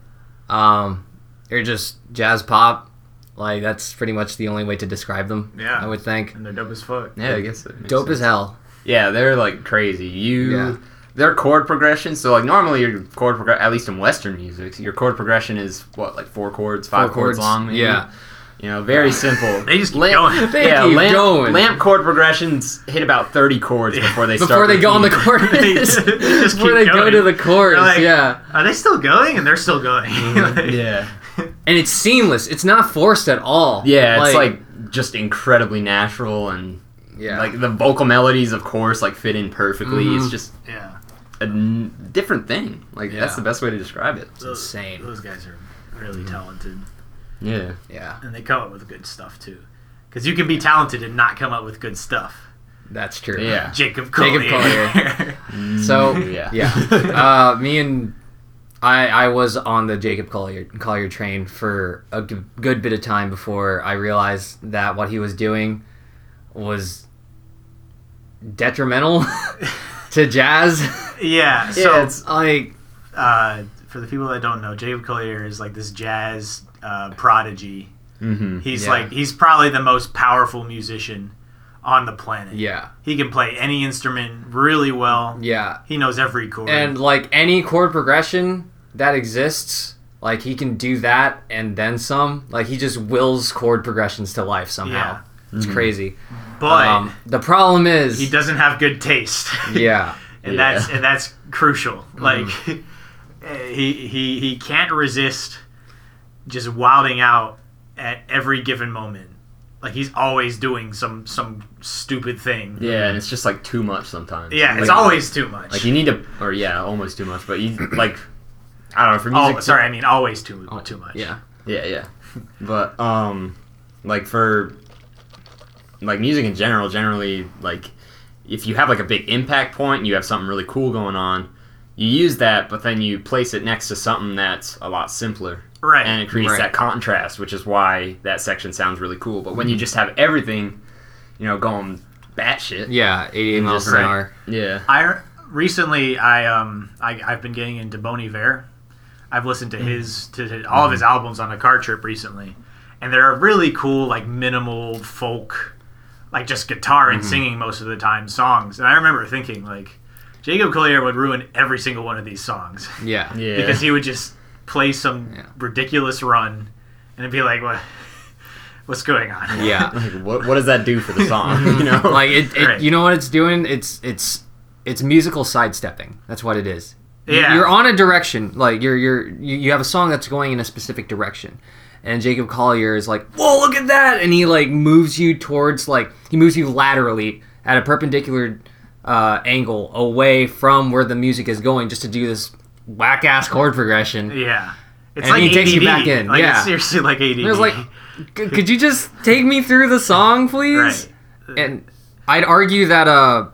Um, they're just jazz pop. Like that's pretty much the only way to describe them.
Yeah.
I would think.
And they're dope as fuck.
Yeah, I guess. That makes
Dope
sense.
as hell.
Yeah, they're like crazy. You,
Yeah.
their chord progression. So like normally your chord progression, at least in Western music, your chord progression is what like four chords, five
chords,
chords long. Maybe?
yeah.
you know, very simple.
They just keep going.
They keep
lamp,
going.
lamp chord progressions hit about thirty chords before they
Before
start E.
they go on the
repeating.
chorus,
They just
before they
keep
go
going.
to the chorus,
They're like-
yeah.
Are they still going? And they're still going.
Mm-hmm.
Like,
Yeah,
And it's seamless. It's not forced at all.
yeah, it's like just incredibly natural and
yeah.
like the vocal melodies, of course, like fit in perfectly.
Mm-hmm.
It's just
Yeah.
a n- different thing. Like
Yeah.
that's the best way to describe it.
Those,
insane. Mm-hmm.
Those guys are really talented.
Yeah.
yeah,
And they come up with good stuff too. Because you can be talented and not come up with good stuff.
that's true.
Yeah.
Jacob Collier.
Jacob So
Yeah.
yeah, uh, me and I, I was on the Jacob Collier, Collier train for a g- good bit of time before I realized that what he was doing was detrimental to jazz.
Yeah.
Yeah,
So
it's-
like,
uh, for the people that don't know, Jacob Collier is like this jazz uh, prodigy.
Mm-hmm.
He's
Yeah.
like he's probably the most powerful musician on the planet.
yeah,
He can play any instrument really well.
yeah,
He knows every chord.
and like any chord progression that exists, like he can do that and then some. Like he just wills chord progressions to life somehow. It's crazy.
but
Um, the problem is,
he doesn't have good taste.
yeah, Mm-hmm.
and
Yeah.
that's and that's crucial. Like he he he can't resist just wilding out at every given moment. Like he's always doing some some stupid thing.
Yeah, and it's just like too much sometimes.
Yeah, it's
Like-
always too much.
like you need to, or yeah, almost too much. But you like, I don't know for music.
oh, sorry, I mean always too too much.
yeah,
Yeah, yeah. But um, like for like music in general, generally like if you have like a big impact point, and you have something really cool going on. You use that, but then you place it next to something that's a lot simpler.
Right.
and it creates
Right.
that contrast, which is why that section sounds really cool. But when you just have everything, you know, going batshit,
yeah, 88 miles
just
an
like-
hour.
yeah,
I recently I um I I've been getting into Bon Iver. I've listened to his to, to all of his albums on a car trip recently, and they're really cool, like minimal folk, like just guitar and singing most of the time songs. And I remember thinking like, Jacob Collier would ruin every single one of these songs
Yeah,
yeah,
because he would just play some
Yeah.
ridiculous run, and it'd be like, what, what's going on?
yeah.
Like, what, what does that do for the song? You know,
like it, it
Right.
you know what it's doing it's it's it's musical sidestepping that's what it is You-
Yeah.
you're on a direction like you're you're you, you have a song that's going in a specific direction and jacob collier is like whoa look at that and he like moves you towards like he moves you laterally at a perpendicular uh, angle away from where the music is going just to do this whack ass chord progression
yeah. It's
And
like
he
ADD.
takes you back in,
Like,
yeah.
it's seriously like ADD.
it was like "C- could you just take me through the song please
right.
and I'd argue that uh,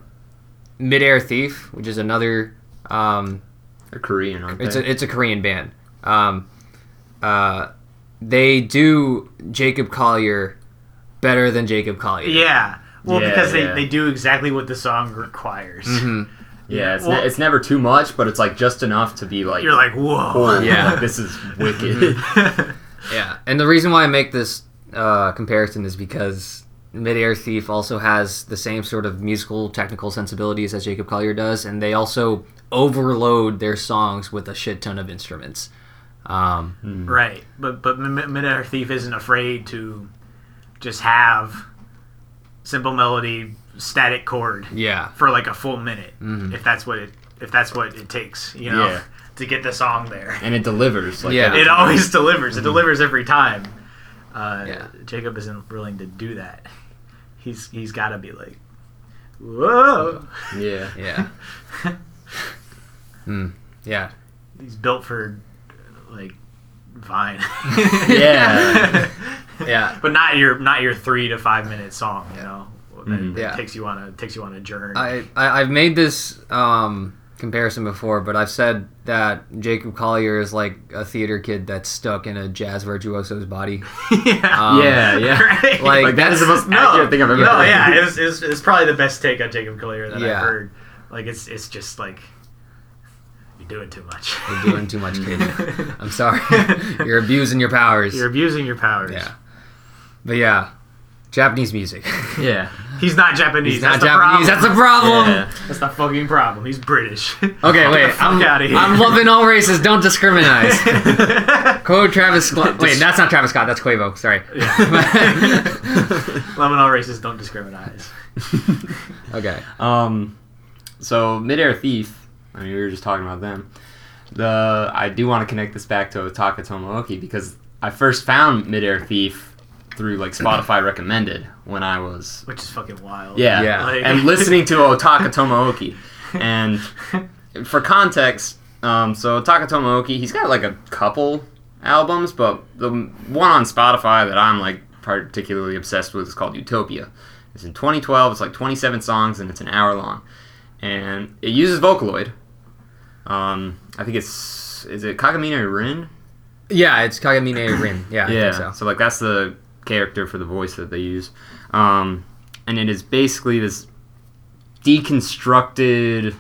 Midair Thief, which is another, um,
they're Korean, aren't they?
it's a it's a Korean band. Um, uh, they do Jacob Collier better than Jacob Collier.
Yeah. Well,
Yeah,
because they,
yeah.
they do exactly what the song requires.
Mm-hmm.
yeah, it's,
Well-
ne- it's never too much, but it's like just enough to be like,
You're like, whoa.
oh,
Yeah.
like, this is wicked.
yeah. And the reason why I make this uh, comparison is because Midair Thief also has the same sort of musical technical sensibilities as Jacob Collier does, and they also overload their songs with a shit ton of instruments. Um,
right. But but Midair Thief isn't afraid to just have simple melody, static chord
yeah. Mm-hmm.
for like a full minute, if that's what it if that's what it takes, you know,
Yeah.
to get the song there.
and it delivers. Like,
Yeah.
every
It
time.
always delivers. It delivers every time. Uh,
Mm-hmm. Yeah.
Jacob isn't willing to do that. He's he's got to be like, whoa.
Yeah.
Yeah. Hmm. Yeah.
He's built for like Vine.
Yeah.
Yeah.
but not your not your three to five minute song. You know, that
Mhm.
that
Mm-hmm. Yeah.
takes you on a takes you on a journey.
I, I I've made this um, comparison before, but I've said that Jacob Collier is like a theater kid that's stuck in a jazz virtuoso's body.
yeah.
Um,
yeah, yeah.
Right?
like,
Like, that is the most
no,
accurate thing I've ever
no,
heard.
yeah, it's, it's, it's probably the best take on Jacob Collier that
Yeah.
I've heard. Like it's it's just like you're doing too much.
You're doing too much, kid. I'm sorry. You're abusing your powers.
You're abusing your powers.
Yeah. But yeah, Japanese music.
Yeah.
He's not Japanese.
He's
that's
not
the
Japanese. That's
Problem.
the problem.
Yeah.
That's the fucking problem. He's British.
Okay, wait.
fuck
I'm,
outta here.
I'm loving all races. Don't discriminate. Quote Travis Scott. Wait, that's not Travis Scott. That's Quavo. Sorry.
Lemon all races don't discriminate.
okay.
Um, so Midair Thief. I mean, we were just talking about them. The I do want to connect this back to Otaka Tomooki because I first found Midair Thief through like Spotify recommended when I was
Which is fucking wild.
yeah,
Yeah.
Like-
and listening to Otaka Tomooki. And for context, um, so Otaka Tomooki, he's got like a couple albums, but the one on Spotify that I'm like particularly obsessed with is called Utopia. It's in 2012. It's like 27 songs and it's an hour long, and it uses Vocaloid. Um, I think it's is it Kakamine Rin?
Yeah, it's Kagamine Rin. Yeah, I
yeah.
think so.
So like that's the character for the voice that they use, um, and it is basically this deconstructed.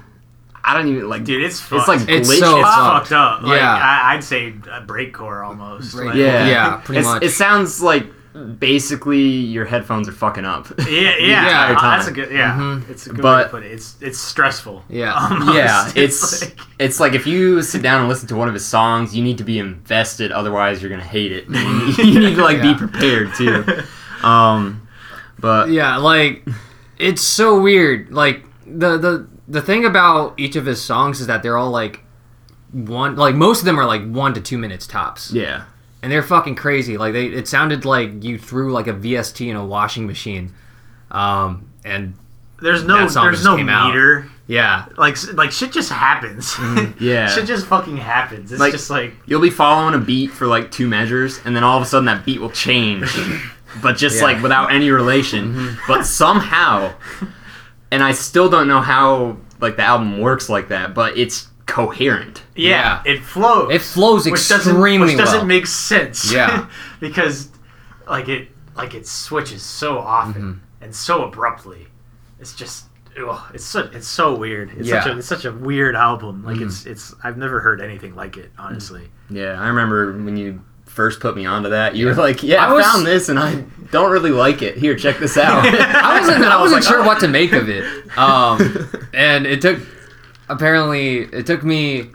I don't even like.
Dude, it's fucked.
it's like glitch.
It's so
It's
fucked.
fucked up. Like,
Yeah.
I, I'd say a breakcore almost.
Breakcore.
Like,
yeah,
Yeah, pretty
It's-
much.
It sounds like basically your headphones are fucking up.
Yeah, yeah,
entire
uh, that's a
time.
good. Yeah,
Mhm.
it's a good way
But-
to put it. It's it's stressful.
Yeah.
almost.
Yeah, it's
like,
it's like if you sit down and listen to one of his songs, you need to be invested, otherwise you're gonna hate it. you need to like
Yeah.
be prepared too. Um, but
yeah like it's so weird like the the the thing about each of his songs is that they're all like one like most of them are like one to two minutes tops
yeah,
and they're fucking crazy like they it sounded like you threw like a vst in a washing machine um and
there's no
that song
there's
just
no
came out.
meter.
yeah
Like s- like shit just happens.
Mm,
yeah.
shit just fucking happens. It's
Like-
just like
You'll be following a beat for like two measures, and then all of a sudden that beat will change, but just
Yeah.
like without any relation. But somehow, and I still don't know how like the album works like that, but it's coherent.
yeah, it flows.
it flows
which doesn't
extremely
which doesn't
well
make sense.
Yeah.
because like it like it switches so often
Mm-hmm.
and so abruptly. It's just ugh, it's so it's so weird. It's such
Yeah. Mm.
a it's such a weird album. Like it's it's I've never heard anything like it honestly.
Yeah, I remember when you first put me onto that, you were like, "Yeah,
I
I,
was-
found this, and I don't really like it. Here, check this out."
I wasn't, I
was
wasn't
like,
sure
"Oh."
what to make of it. Um, and it took, apparently, it took me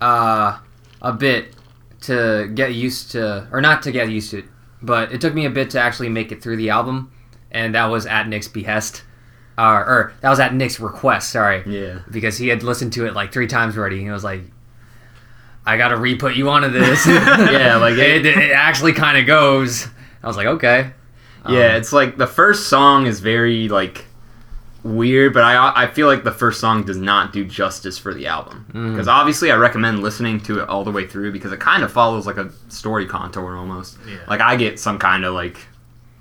uh, a bit to get used to, or not to get used to it, but it took me a bit to actually make it through the album. And that was at Nick's behest, uh, or that was at Nick's request, sorry.
Yeah.
Because he had listened to it like three times already. And he was like, I got to re put you onto this. yeah.
yeah, like it,
It, it actually kind of goes. I was like, okay.
yeah, it's like the first song is very like weird, but I I feel like the first song does not do justice for the album because obviously I recommend listening to it all the way through because it kind of follows like a story contour almost.
Yeah.
Like I get some kind of like,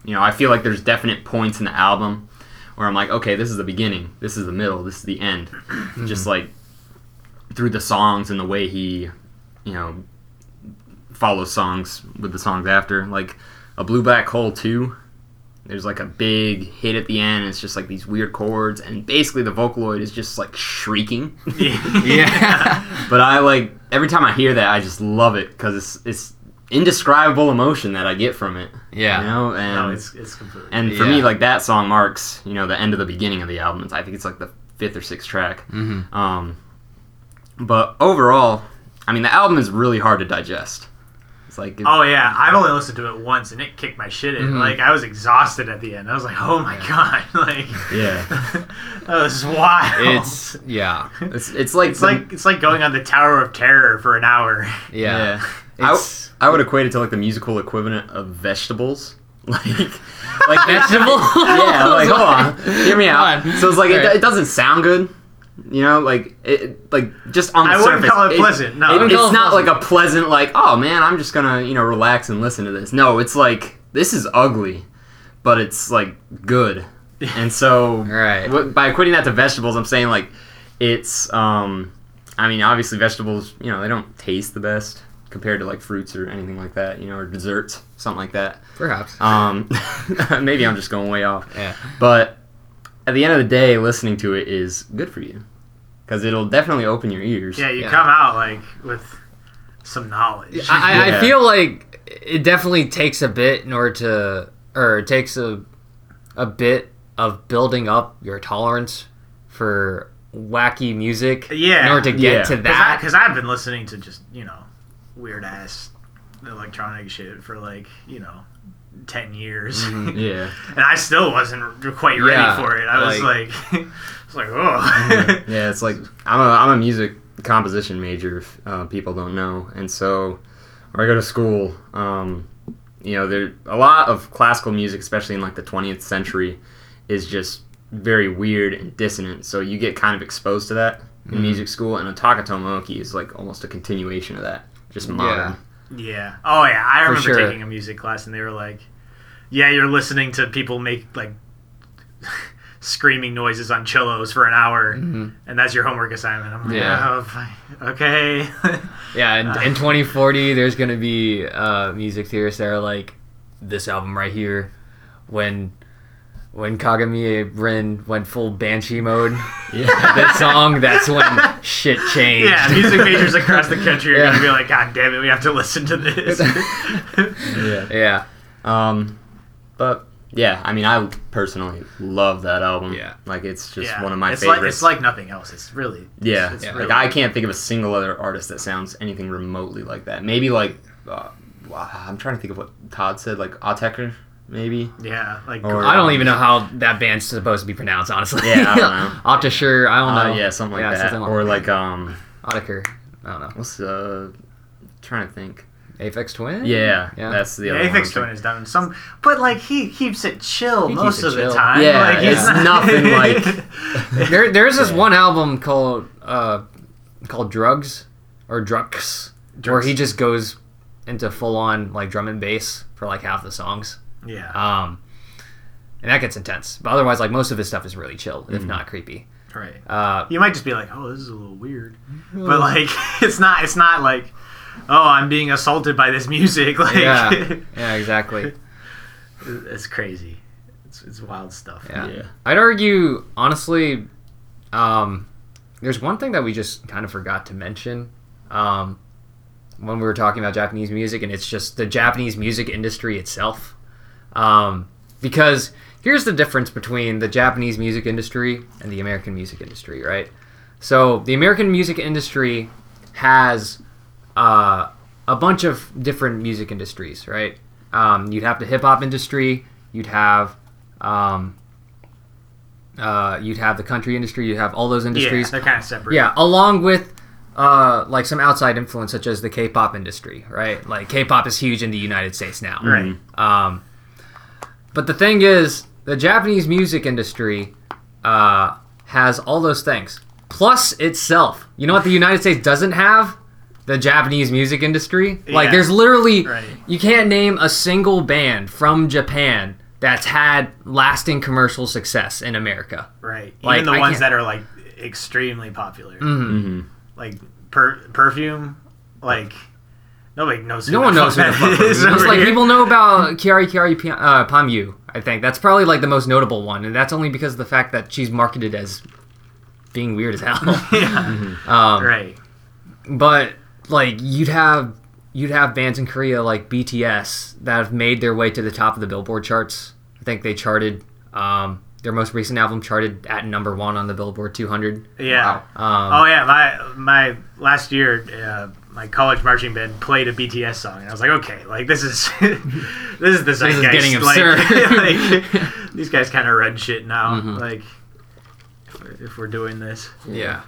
you know, I feel like there's definite points in the album where I'm like, okay, this is the beginning, this is the middle, this is the end, just like through the songs and the way he, you know, follows songs with the songs after. Like a blue black hole too. There's like a big hit at the end. And it's just like these weird chords, and basically the Vocaloid is just like shrieking.
Yeah.
but I like every time I hear that, I just love it because it's it's indescribable emotion that I get from it.
yeah.
You know, and
Mm.
no, Oh, it's it's completely
and for me,
Yeah.
like that song marks, you know, the end of the beginning of the album. It's- I think it's like the fifth or sixth track.
Mm-hmm.
Mhm.
Um, but overall, I mean, the album is really hard to digest. It's like,
Oh yeah, I've only listened to it once and it kicked my shit in.
Mhm.
Like I was exhausted at the end. I was like, "Oh my god!" Like
yeah,
that was wild.
It's yeah,
it's it's like
It's like it's like going on the Tower of Terror for an hour.
yeah.
I, w-
It's
I would equate it to like the musical equivalent of vegetables. Like, like
vegetable.
yeah, like hold on, hear me out.
Come on.
So it's like it,
Alright.
it doesn't sound good, you know, like it, like just on the
I
surface.
wouldn't call it pleasant, no. I wouldn't
call it
it's not
pleasant.
like a pleasant, like oh man, I'm just gonna you know relax and listen to this. No, it's like this is ugly, but it's like good, and so
Right.
wh- by equating that to vegetables, I'm saying like it's um, I mean obviously vegetables, you know, they don't taste the best compared to like fruits or anything like that, you know, or desserts, something like that.
Perhaps.
Um, maybe I'm just going way off.
Yeah.
But at the end of the day, listening to it is good for you because it'll definitely open your ears.
Yeah, you
Yeah.
come out like with some knowledge.
I, I
Yeah.
feel like it definitely takes a bit in order to, or it takes a, a bit of building up your tolerance for wacky music. In
Yeah.
order to get
Yeah.
to that.
Because I've been listening to just you know weird ass electronic shit for like you know ten years,
Yeah.
and I still wasn't r- quite
Mm-hmm.
ready
Yeah, Mm-hmm.
for it. I was like, I was like, oh.
Yeah, it's like I'm a I'm a music composition major. If uh, people don't know, and so when I go to school, um, you know, there a lot of classical music, especially in like the 20th century, is just very weird and dissonant. So you get kind of exposed to that in music school, and Otaka Tomoki is like almost a continuation of that, just modern.
Yeah. Oh yeah, I remember
sure.
taking a music class and they were like, "Yeah, you're listening to people make like screaming noises on cellos for an hour, and that's your homework assignment." I'm like,
Mm-hmm. Yeah.
"Oh, fine. okay."
yeah. And in 2040, there's gonna be uh, music theorists that are like, this album right here, when. when Kagamiya Rin went full banshee mode. Yeah. that song, that's when shit changed.
Yeah, music majors across the country are gonna be like, God damn it, we have to listen to this.
Yeah.
yeah.
Um, but yeah, I mean, I personally love that album.
Yeah.
Like it's just
Yeah.
one of my
it's
favorites.
Like, it's like nothing else. It's really it's-
yeah.
It's,
yeah.
really-
Like I can't think of a single other artist that sounds anything remotely like that. Maybe like uh, wow, I'm trying to think of what Todd said, like Atecker, maybe.
yeah, like
Or-
I don't even know how that band's supposed to be pronounced, honestly.
Yeah, I don't know.
Optisure, I
Uh,
don't know.
yeah, something like that.
something
or like um,
Otaker. I don't know.
what's uh, trying to think.
Aphex Twin?
Yeah,
Yeah.
that's the other
yeah, Aphex
one.
Twin is done some, but like he keeps it chill
He keeps
most
it
of
chill.
the time.
Yeah,
like, he's
it's nothing like-
There, there's this one album called uh, called Drugs or Drugs, where he just goes into full on like drum and bass for like half the songs.
yeah,
Um, and that gets intense. But otherwise, like most of his stuff is really chill, if not creepy.
right.
Uh,
You might just be like, oh, this is a little weird, but like it's not. It's not like, oh, I'm being assaulted by this music. Like
yeah, yeah, exactly.
it's crazy. It's, it's wild stuff.
Yeah.
Yeah.
I'd argue, honestly, um, there's one thing that we just kind of forgot to mention um, when we were talking about Japanese music, and it's just the Japanese music industry itself. Um, because here's the difference between the Japanese music industry and the American music industry, right? So the American music industry has uh, a bunch of different music industries, right? Um, you'd have the hip hop industry, you'd have um, uh, you'd have the country industry, you'd have all those
yeah,
industries.
they're kind of separate.
Yeah, along with uh, like some outside influence such as the K-pop industry, right? Like K-pop is huge in the United States now.
right.
Um, but the thing is, the Japanese music industry uh, has all those things plus itself. You know what the United States doesn't have? The Japanese music industry. Like,
Yeah.
there's literally
Right.
you can't name a single band from Japan that's had lasting commercial success in America.
Right.
Like,
Even the
I
ones
can't- Mm-hmm.
that are like extremely popular. Like per- perfume, like nobody knows. Who
No
the
one
fuck
knows who the
that
fuck
is
It's
over
like
here.
people know about Kiari Kiari Pi- uh, Pamyu. I think that's probably like the most notable one, and that's only because of the fact that she's marketed as being weird as hell.
Right.
but like you'd have you'd have bands in Korea like BTS that have made their way to the top of the Billboard charts. I think they charted um, their most recent album charted at number one on the Billboard 200.
Yeah.
Um,
oh yeah. My my last year, uh, my college marching band played a BTS song, and I was like, okay, like this is this is the
is
zeitgeist,
getting
like-
absurd. Mm-hmm.
like, these guys kind of run shit now. Like if we're, if we're doing this,
yeah,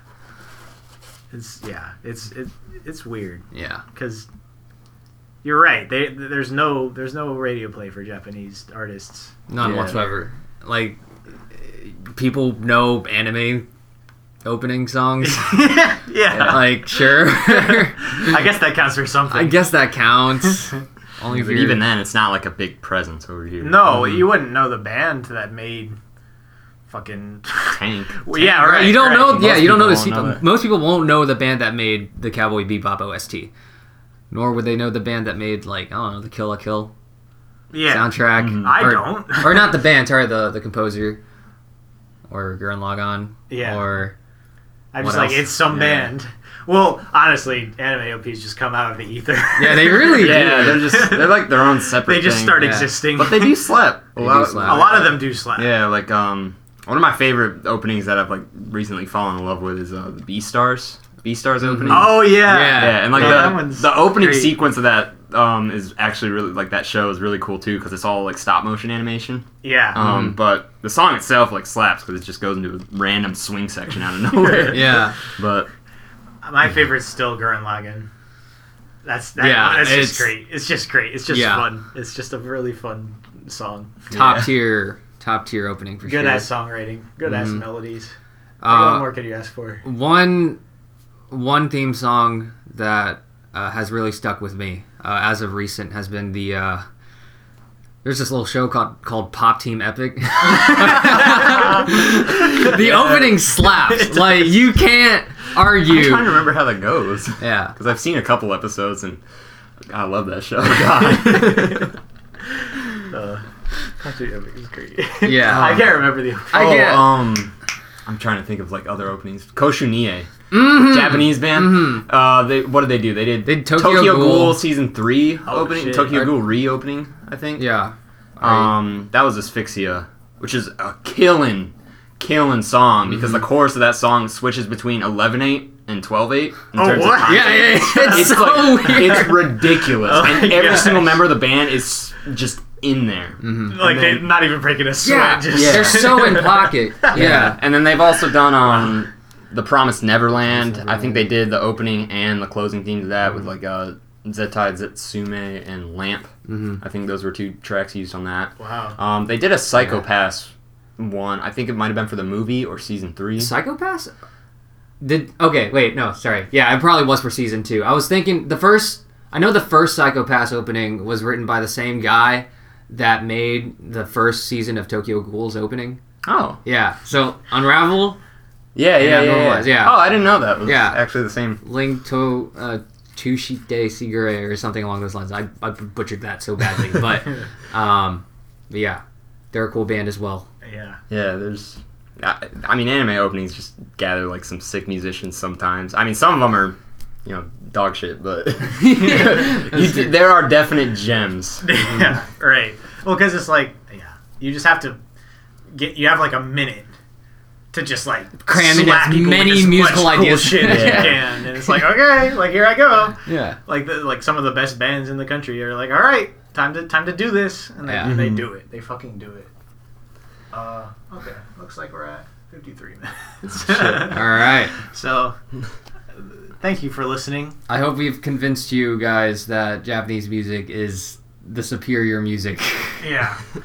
it's yeah, it's it, it's weird.
yeah,
because you're right. They, there's no there's no radio play for Japanese artists.
none
Yeah.
whatsoever. Like eh, people know anime opening songs.
yeah,
like sure,
I guess that counts for something.
I guess that counts. Only if
But
you're-
even then, it's not like a big presence over here.
no,
Mm-hmm.
you wouldn't know the band that made fucking.
Tank.
Well, yeah, right.
you don't
right.
know. yeah, you don't know the
people won't know
se-
that.
most people won't know the band that made the Cowboy Bebop OST, nor would they know the band that made like I don't know the Kill a Kill
Yeah, Mm-hmm.
soundtrack.
I
or,
don't.
or not the band. Sorry, the the composer, or Gurren Lagann.
Yeah.
Or
I'm
what
just like
else?
it's some
Yeah.
band. Well, honestly, anime OPs just come out of the ether.
yeah, they really
Yeah,
do.
they're just they're like their own separate.
they just
thing.
start
yeah.
existing.
But they do slap. A
do
lot,
slap.
a lot of them do slap.
Yeah, like um, one of my favorite openings that I've like recently fallen in love with is uh, the B Stars. B Stars opening.
Oh yeah.
yeah, and like
Yeah, that
the,
one's
the opening
great.
sequence of that um is actually really like that show is really cool too because it's all like stop motion animation.
Yeah.
Um, but the song itself like slaps because it just goes into a random swing section out of nowhere.
yeah,
but
My favorite's still Gurren Lagann. That's that,
Yeah,
that's
it's-
just great. It's just great. It's just
Yeah.
fun. It's just a really fun song.
top tier, top tier opening for
Good
sure.
ass songwriting. Good ass melodies.
Uh,
what more could you ask for?
one one theme song that uh, has really stuck with me uh, as of recent has been the uh, there's this little show called called Pop Team Epic. the opening slaps like you can't
I'm
argue.
trying to remember how that goes because
Yeah,
I've seen a couple
Uh,
episodes and I love that show. God.
Country Epic is great.
Yeah.
I can't remember the.
I
oh,
get-
um, I'm trying to think of like other openings. Koshunie,
Mm-hmm.
Japanese band. Uh, they what did they do? They did
Mm. They did Tokyo Ghoul.
season three
Oh,
opening,
shit.
Tokyo
Are-
Ghoul reopening, I think.
Yeah. Are
Um, that was Asphyxia, which is a killing, killing song because
Mm-hmm.
the chorus of that song switches between 11-8 and 12-8. in
Oh,
terms of
what?
time.
you- yeah, yeah, yeah. It's,
It's
so
like,
weird.
it's ridiculous,
Oh
and
my
every
gosh.
single member of the band is just in there.
Mm-hmm.
Like
and then-
they're not even breaking a sweat.
yeah.
just,
They're so in pocket. Yeah.
And then they've also done um The Promised Neverland. I think they did the opening and the closing theme to that with like uh Zetai Zetsume and Lamp.
Mm-hmm.
I think those were two tracks used on that.
Wow.
Um they did a Psychopass one. I think it might have been for the movie or season 3.
Psychopaths? Did okay? Wait, no, sorry. Yeah, it probably was for season two. I was thinking the first. I know the first Psychopaths opening was written by the same guy that made the first season of Tokyo Ghouls opening.
oh.
Yeah. So Unravel,
Yeah, yeah, yeah.
Yeah, no, it
yeah.
was, yeah.
Oh, I didn't know that was
Yeah.
actually the same.
Ling To uh, Tushite Sigure, or something along those lines. I, I butchered that so badly, but um, but yeah, they're a cool band as well.
yeah.
Yeah, there's. I, I mean, anime openings just gather like some sick musicians sometimes. I mean, some of them are, you know, dog shit, but you, d- there are definite gems.
yeah, right. Well, because it's like, yeah, you just have to get. You have like a minute to just like
Cram in
slap
as
people with
many
as much
musical
cool
ideas.
shit as you
Yeah.
can, and it's like, okay, like here I go.
Yeah.
Like the, like some of the best bands in the country are like, all right, time to time to do this, and they,
Yeah.
they do it. They fucking do it. Uh, okay, looks like we're at fifty-three minutes.
All right.
so, thank you for listening.
I hope we've convinced you guys that Japanese music is the superior music.
Yeah. Um,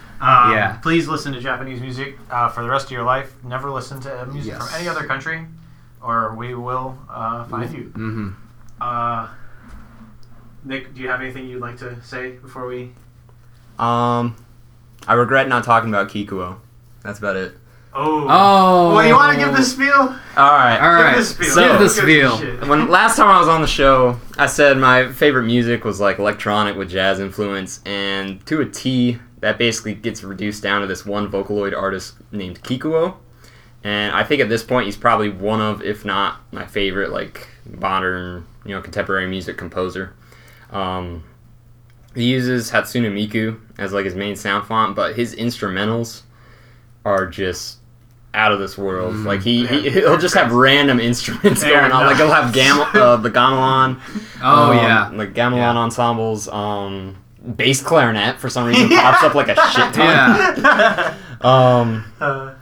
Yeah.
Please listen to Japanese music uh, for the rest of your life. Never listen to uh, music
Yes.
from any other country, or we will uh, find you.
mm-hmm.
Uh, Nick, do you have anything you'd like to say before we?
Um, I regret not talking about Kikuo. That's about it.
Oh.
Oh.
Well, you want to give this spiel?
All right.
All right.
Give this spiel.
So-
give this
Give
spiel.
shit.
When last time I was on the show, I said my favorite music was like electronic with jazz influence, and to a T, that basically gets reduced down to this one Vocaloid artist named Kikuo. And I think at this point, he's probably one of, if not my favorite, like modern, you know, contemporary music composer. Um, he uses Hatsune Miku as like his main sound font, but his instrumentals are just out of this world. Like he, he he'll just have random instruments
Fair
going on.
enough.
Like he'll have gam- uh, the gamelan.
Oh
um,
yeah.
the gamelan
Yeah.
ensembles. Um, bass clarinet for some reason pops up like a shit ton.
Yeah.
Um,
Uh,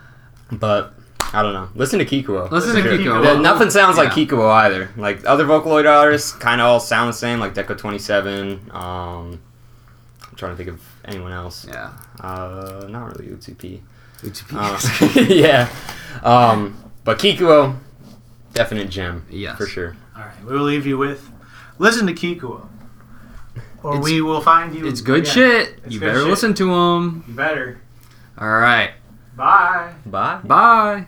but I don't know. Listen to Kikuo.
Listen to
Listen to
Kiko.
Yeah,
Kikuo.
nothing sounds like
Yeah.
Kikuo either. Like other Vocaloid artists, kind of all sound the same. Like Deco Twenty Seven. Um, I'm trying to think of anyone else.
Yeah.
Uh, not really UTP.
UTP.
Uh, yeah. Um, but Kikuo, definite gem.
Yes.
for sure.
all right. We will leave you with. Listen to Kikuo, or
It's-
we will find you.
it's good
Yeah.
shit.
It's
you
good
better
shit.
listen to them.
You better.
All right.
Bye.
Bye.
Bye.